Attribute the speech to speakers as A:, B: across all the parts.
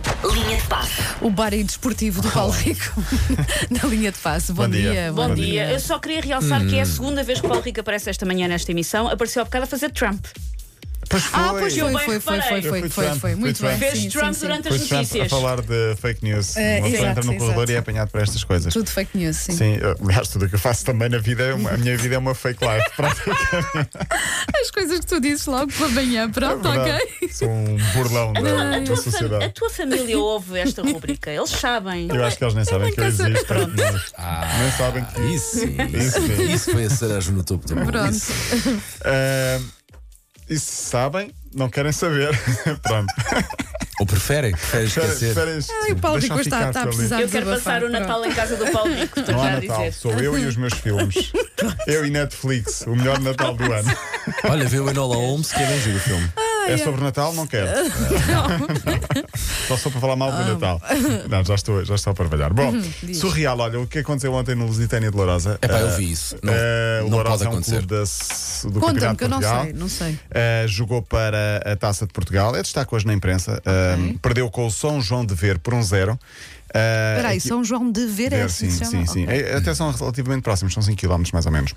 A: de passe.
B: O bar e desportivo do Paulo Rico na linha de passe. Bom,
C: Bom dia.
A: Bom, dia. Eu só queria realçar que é a segunda vez que o Paulo Rico aparece esta manhã nesta emissão. Apareceu há bocado a fazer Trump.
C: Pois foi.
B: Ah, pois
A: Eu
B: foi,
A: bem
B: foi, foi,
A: reparei.
B: foi, foi,
C: Eu fui
B: foi,
C: Trump,
B: foi.
C: fui
B: Muito bem.
C: Trump.
B: Sim,
A: Fez Trump
B: sim, sim.
A: durante
C: Foi
A: as
C: Trump a
A: notícias.
C: falar de fake news.
B: É,
C: Uma pessoa
B: exato,
C: entra no corredor
B: exato.
C: e é apanhado por estas coisas.
B: Tudo fake news, sim.
C: Sim, eu- aliás, tudo o que eu faço também na vida é uma, a minha vida é uma fake life. praticamente.
B: As coisas que tu dizes logo pela
C: É
B: manhã, pronto, Tá ok?
C: Sou um burlão da,
B: A tua
C: da
A: A fam- A
C: sociedade.
A: tua família ouve esta rubrica, eles sabem.
C: Eu acho que eles nem sabem que eu
B: nunca sei.
C: existo. mas Nem sabem que
D: Ah, Isso, sim,
C: Isso
D: isso,
C: sim.
D: isso foi a cereja no topo também.
B: Pronto.
C: Ah, E se sabem, não querem saber. Pronto.
D: Ou preferem, preferem esquecer.
C: Espera isto.
B: Ai, o Paulo
C: Deixa
B: Rico está, está
C: ficar
B: a
C: para ali.
B: precisar
A: Eu
B: de
A: quero
B: desabafar,
A: passar o Natal em casa do Paulo Rico, estou
C: Não há
A: já a
C: Natal,
A: dizer.
C: sou eu e os meus filmes. eu e Netflix, o melhor Natal do ano.
D: Olha, vê o Enola Holmes, que é bem giro o filme.
C: é sobre Natal, não quero.
B: Pronto.
C: Só só para falar
B: Ah,
C: mal do Natal. Não, já estou, já estou a trabalhar. Bom, surreal, olha, o que aconteceu ontem no Lusitânia de Lourosa.
D: É pá, eu
C: Eh,
D: vi isso. Não,
C: eh, o
D: não
C: Lourosa
D: pode
C: é um
D: acontecer.
C: clube da, s- do
B: Conta-me
C: Campeonato
B: que eu não
C: Portugal.
B: sei, não sei.
C: Uh, jogou para a Taça de Portugal, é destaque hoje na imprensa. Um, perdeu com o São João de Ver por um zero. Uh,
B: Espera aí,
C: equi-
B: São João de Ver é
C: Ver,
B: assim
C: sim,
B: que se chama?
C: sim, sim.
B: Ok.
C: É, Até são relativamente próximos, são 5 km mais ou menos.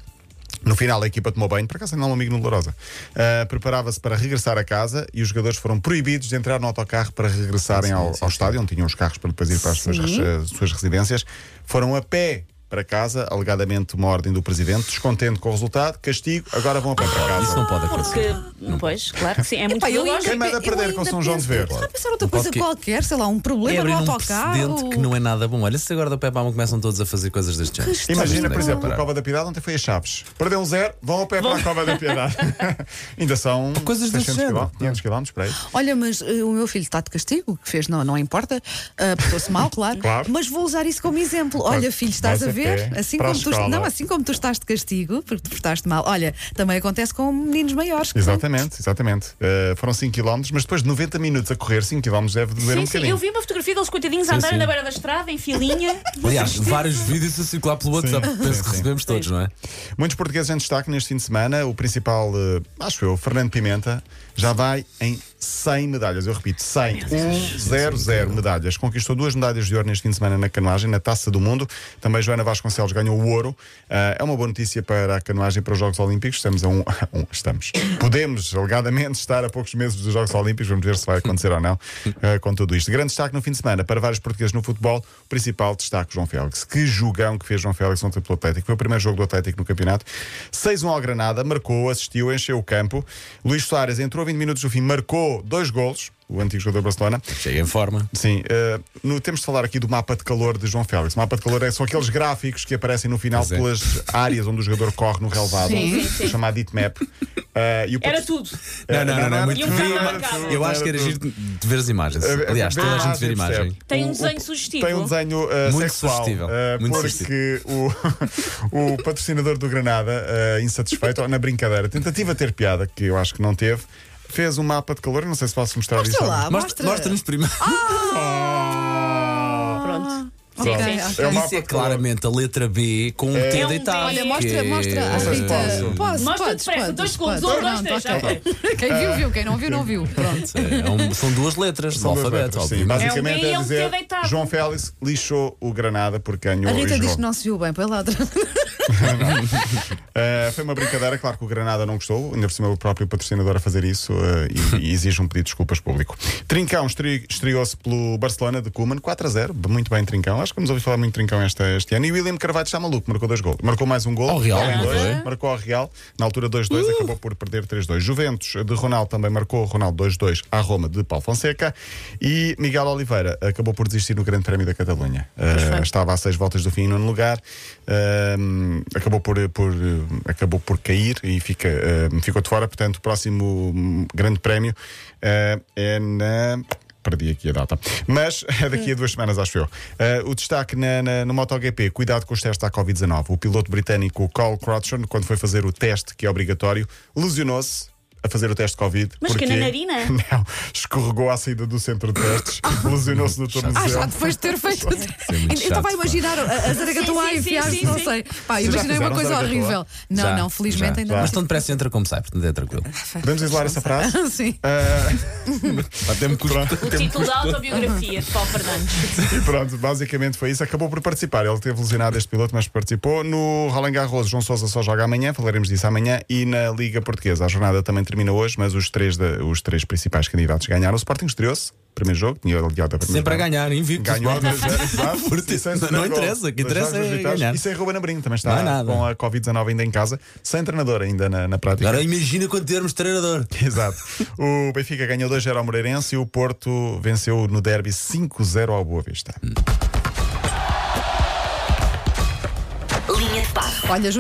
C: No final, a equipa tomou banho, por acaso ainda há um amigo no Lourosa. Uh, Preparava-se para regressar a casa e os jogadores foram proibidos de entrar no autocarro para regressarem ao, ao estádio, onde tinham os carros para depois ir para as suas,
B: Sim.
C: eh, suas residências. Foram a pé para casa, alegadamente uma ordem do presidente, descontente com o resultado, castigo, agora vão a pé para casa.
D: Isso é um não pode acontecer.
A: Porque, pois, claro que sim, é muito
B: Epá, eu
A: biológico.
C: Quem manda
B: eu
C: perder com
B: ainda
C: São João de
B: penso-
C: Verde?
B: Estava a pensar outra
D: Não
B: coisa
D: pode que-
B: qualquer, sei lá, um
D: É
B: problema
D: abrir
B: no
D: um
B: autocarro.
D: precedente que não é nada bom. Olha, se agora do pé para a mão começam todos a fazer coisas deste género.
C: Imagina,
D: Talvez
C: por
D: nem
C: exemplo,
D: parar.
C: a Cova da Piedade ontem foi a Chaves. Perdeu um zero, vão ao pé para a Cova da Piedade. Ainda são
D: Coisas desse
C: 600
D: género.
C: quiló- 500 km para aí.
B: Olha, mas eh, o meu filho está de castigo, que fez, não, não importa, ah, portou-se mal, claro,
C: Claro.
B: Mas vou usar isso como exemplo. Olha, filho, estás a
C: vais a
B: ver?
C: pé
B: Assim
C: para a
B: como, tu,
C: escola.
B: não, assim como tu estás de castigo, porque te portaste mal. Olha, também acontece com meninos maiores. que são-
C: Exatamente, exatamente. Uh, foram 5 km, mas depois de 90 minutos a correr, 5 km deve doer um
A: Sim, sim,
C: bocadinho.
A: eu vi uma fotografia deles coitadinhos a andarem
D: sim.
A: na beira da estrada, em filinha.
D: Aliás, vários vídeos a circular pelo WhatsApp. Penso que recebemos todos, não é?
C: Muitos portugueses em destaque neste fim de semana. O principal, uh, acho eu, Fernando Pimenta, já vai em 100 medalhas. Eu repito, 100. 100 medalhas. Conquistou duas medalhas de ouro neste fim de semana na canoagem, na Taça do Mundo. Também Joana Vasconcelos ganhou o ouro. Uh, é uma boa notícia para a canoagem e para os Jogos Olímpicos. Estamos a um, a um- Estamos. Podemos, alegadamente, estar a poucos meses dos Jogos Olímpicos. Vamos ver se vai acontecer ou não uh, com tudo isto. Grande destaque no fim de semana para vários portugueses no futebol. O principal destaque, João Félix. Que jogão que fez João Félix ontem pelo Atlético. Foi o primeiro jogo do Atlético no campeonato. 6-1 ao Granada. Marcou, assistiu, encheu o campo. Luís Soares entrou 20 minutos do fim. Marcou dois golos. O antigo jogador do Barcelona.
D: Chega em forma.
C: Sim, eh, no- temos de falar aqui do mapa de calor de João Félix. O mapa de calor é, são aqueles gráficos que aparecem no final
D: Pois é.
C: pelas áreas onde o jogador corre no relevado,
A: Sim, sim, sim.
C: chamado heatmap. Eh, e o
A: Era
C: Porto-
A: tudo.
D: Não, não, não, não, é
C: não,
D: muito
A: não,
D: giro.
A: não, não, não,
D: Eu acho
C: não,
D: que era
C: não.
D: giro de ver as imagens.
C: Eh,
D: Aliás, toda a
C: ah,
D: gente vê a
C: percebe.
D: imagem.
A: Tem um
C: O- o-
A: desenho sugestivo.
C: Tem um desenho eh,
D: Muito
C: sexual.
D: sugestível,
C: eh,
D: muito
C: porque o, o patrocinador do Granada, eh, insatisfeito, na brincadeira, tentativa de ter piada, que eu acho que não teve, fez um mapa de calor. eu Não sei se posso mostrar
B: Mostra
C: isto. ou não.
B: lá,
D: Mostra-
B: mostra.
D: Mostra-nos primeiro.
C: Ah.
A: Pronto.
B: Ok,
A: Sim, sim.
B: ok.
C: É o mapa
D: Isso é
C: de calor.
D: claramente a letra B com um
A: É
D: T
A: um
D: deitado.
A: T.
B: Olha, mostra,
D: que- é
B: mostra. à
C: Vocês
B: Rita.
C: posso?
B: Posso,
A: Mostra
B: podes,
A: depressa,
B: podes,
A: dois segundos,
B: podes.
A: um, dois,
B: Pronto,
A: três,
B: ok. Quem viu, viu. Quem não viu, não viu. Pronto.
D: É um- são duas letras do
C: São duas
D: alfabeto,
C: letras, sim.
D: obviamente.
C: Basicamente
A: É um
C: é
A: B e um T
C: dizer
A: deitado.
C: João Félix lixou o Granada porque ganhou
B: A
C: e
B: Rita
C: jogou.
B: diz que não se viu bem, põe lá outra.
C: Uh, foi uma brincadeira, claro que o Granada não gostou, ainda por cima o próprio patrocinador a fazer isso uh, e, e exige um pedido de desculpas público. Trincão estri- estreou-se pelo Barcelona de Cuman 4 a 0, muito bem Trincão. Acho que vamos ouvir falar muito de Trincão esta, este ano. E o William Carvalho está maluco, marcou dois gols. Marcou mais um gol,
D: Ao Real,
C: em
D: não
C: dois,
D: foi?
C: marcou ao Real, na altura 2-2, acabou por perder 3-2. Juventus de Ronaldo também marcou, Ronaldo 2-2 à Roma de Paulo Fonseca e Miguel Oliveira acabou por desistir no Grande Prémio da Catalunha. Uh, estava a seis voltas do fim em nono lugar, um, acabou, por, por, uh, acabou por cair e fica, um, ficou de fora. Portanto, o próximo um, Grande Prémio uh, é na. Perdi aqui a data. Mas é daqui a duas semanas, acho eu. Eh, o destaque na, na, no MotoGP: cuidado com os testes à Covid-19. O piloto britânico Cole Crutcher, quando foi fazer o teste que é obrigatório, lesionou-se. a fazer o teste de Covid.
A: Mas que
C: porque...
A: na narina?
C: Não, escorregou à saída do centro de testes, lesionou-se no
B: Ah,
C: tornozelo.
B: já depois de ter feito.
D: muito
B: Eu
D: chato,
B: estava
D: pá.
B: a imaginar a, a
A: Sim,
B: zaragatoa a
A: sim, sim,
B: enfiar-se,
A: sim,
B: não
A: sim.
B: sei. Pá, imaginei
C: Vocês já
B: uma
C: fizeram
B: coisa
C: zaragatoa?
B: horrível. Não,
D: Já,
B: não, felizmente
D: já.
B: ainda
C: Já.
D: Mas tão depressa entra como sai, portanto é tranquilo.
B: não.
C: Podemos isolar essa frase? Eh,
B: Sim.
D: Até me custa.
A: O título da autobiografia de Paulo Fernandes.
C: E pronto, basicamente foi isso. Acabou por participar. Ele teve lesionado este piloto, mas participou. No Roland Garros, João Sousa só joga amanhã, falaremos disso amanhã. E na Liga Portuguesa, a jornada também termina hoje, mas os três, da- os três principais candidatos ganharam. O Sporting estreou-se, primeiro jogo, tinha aliado a primeira
D: Sempre a
C: jornada.
D: ganhar, invicto.
C: Ganhou
D: Sporting.
C: 2-0, exato.
D: Porque
C: E sem
D: não-
C: sofrer
D: não
C: gol.
D: interessa, o que
C: Dois
D: interessa
C: jogos, duas
D: é
C: vitórias.
D: ganhar.
C: E sem Ruben Amorim, também
D: Não
C: está
D: é nada.
C: com a Covid-19 ainda em casa, sem treinador ainda na, na prática.
D: Agora imagina um quando termos treinador.
C: Exato. O Benfica ganhou 2-0 ao Moreirense e o Porto venceu no derby 5-0 ao Boa Vista.
E: Linha de passe.
B: Olha, junta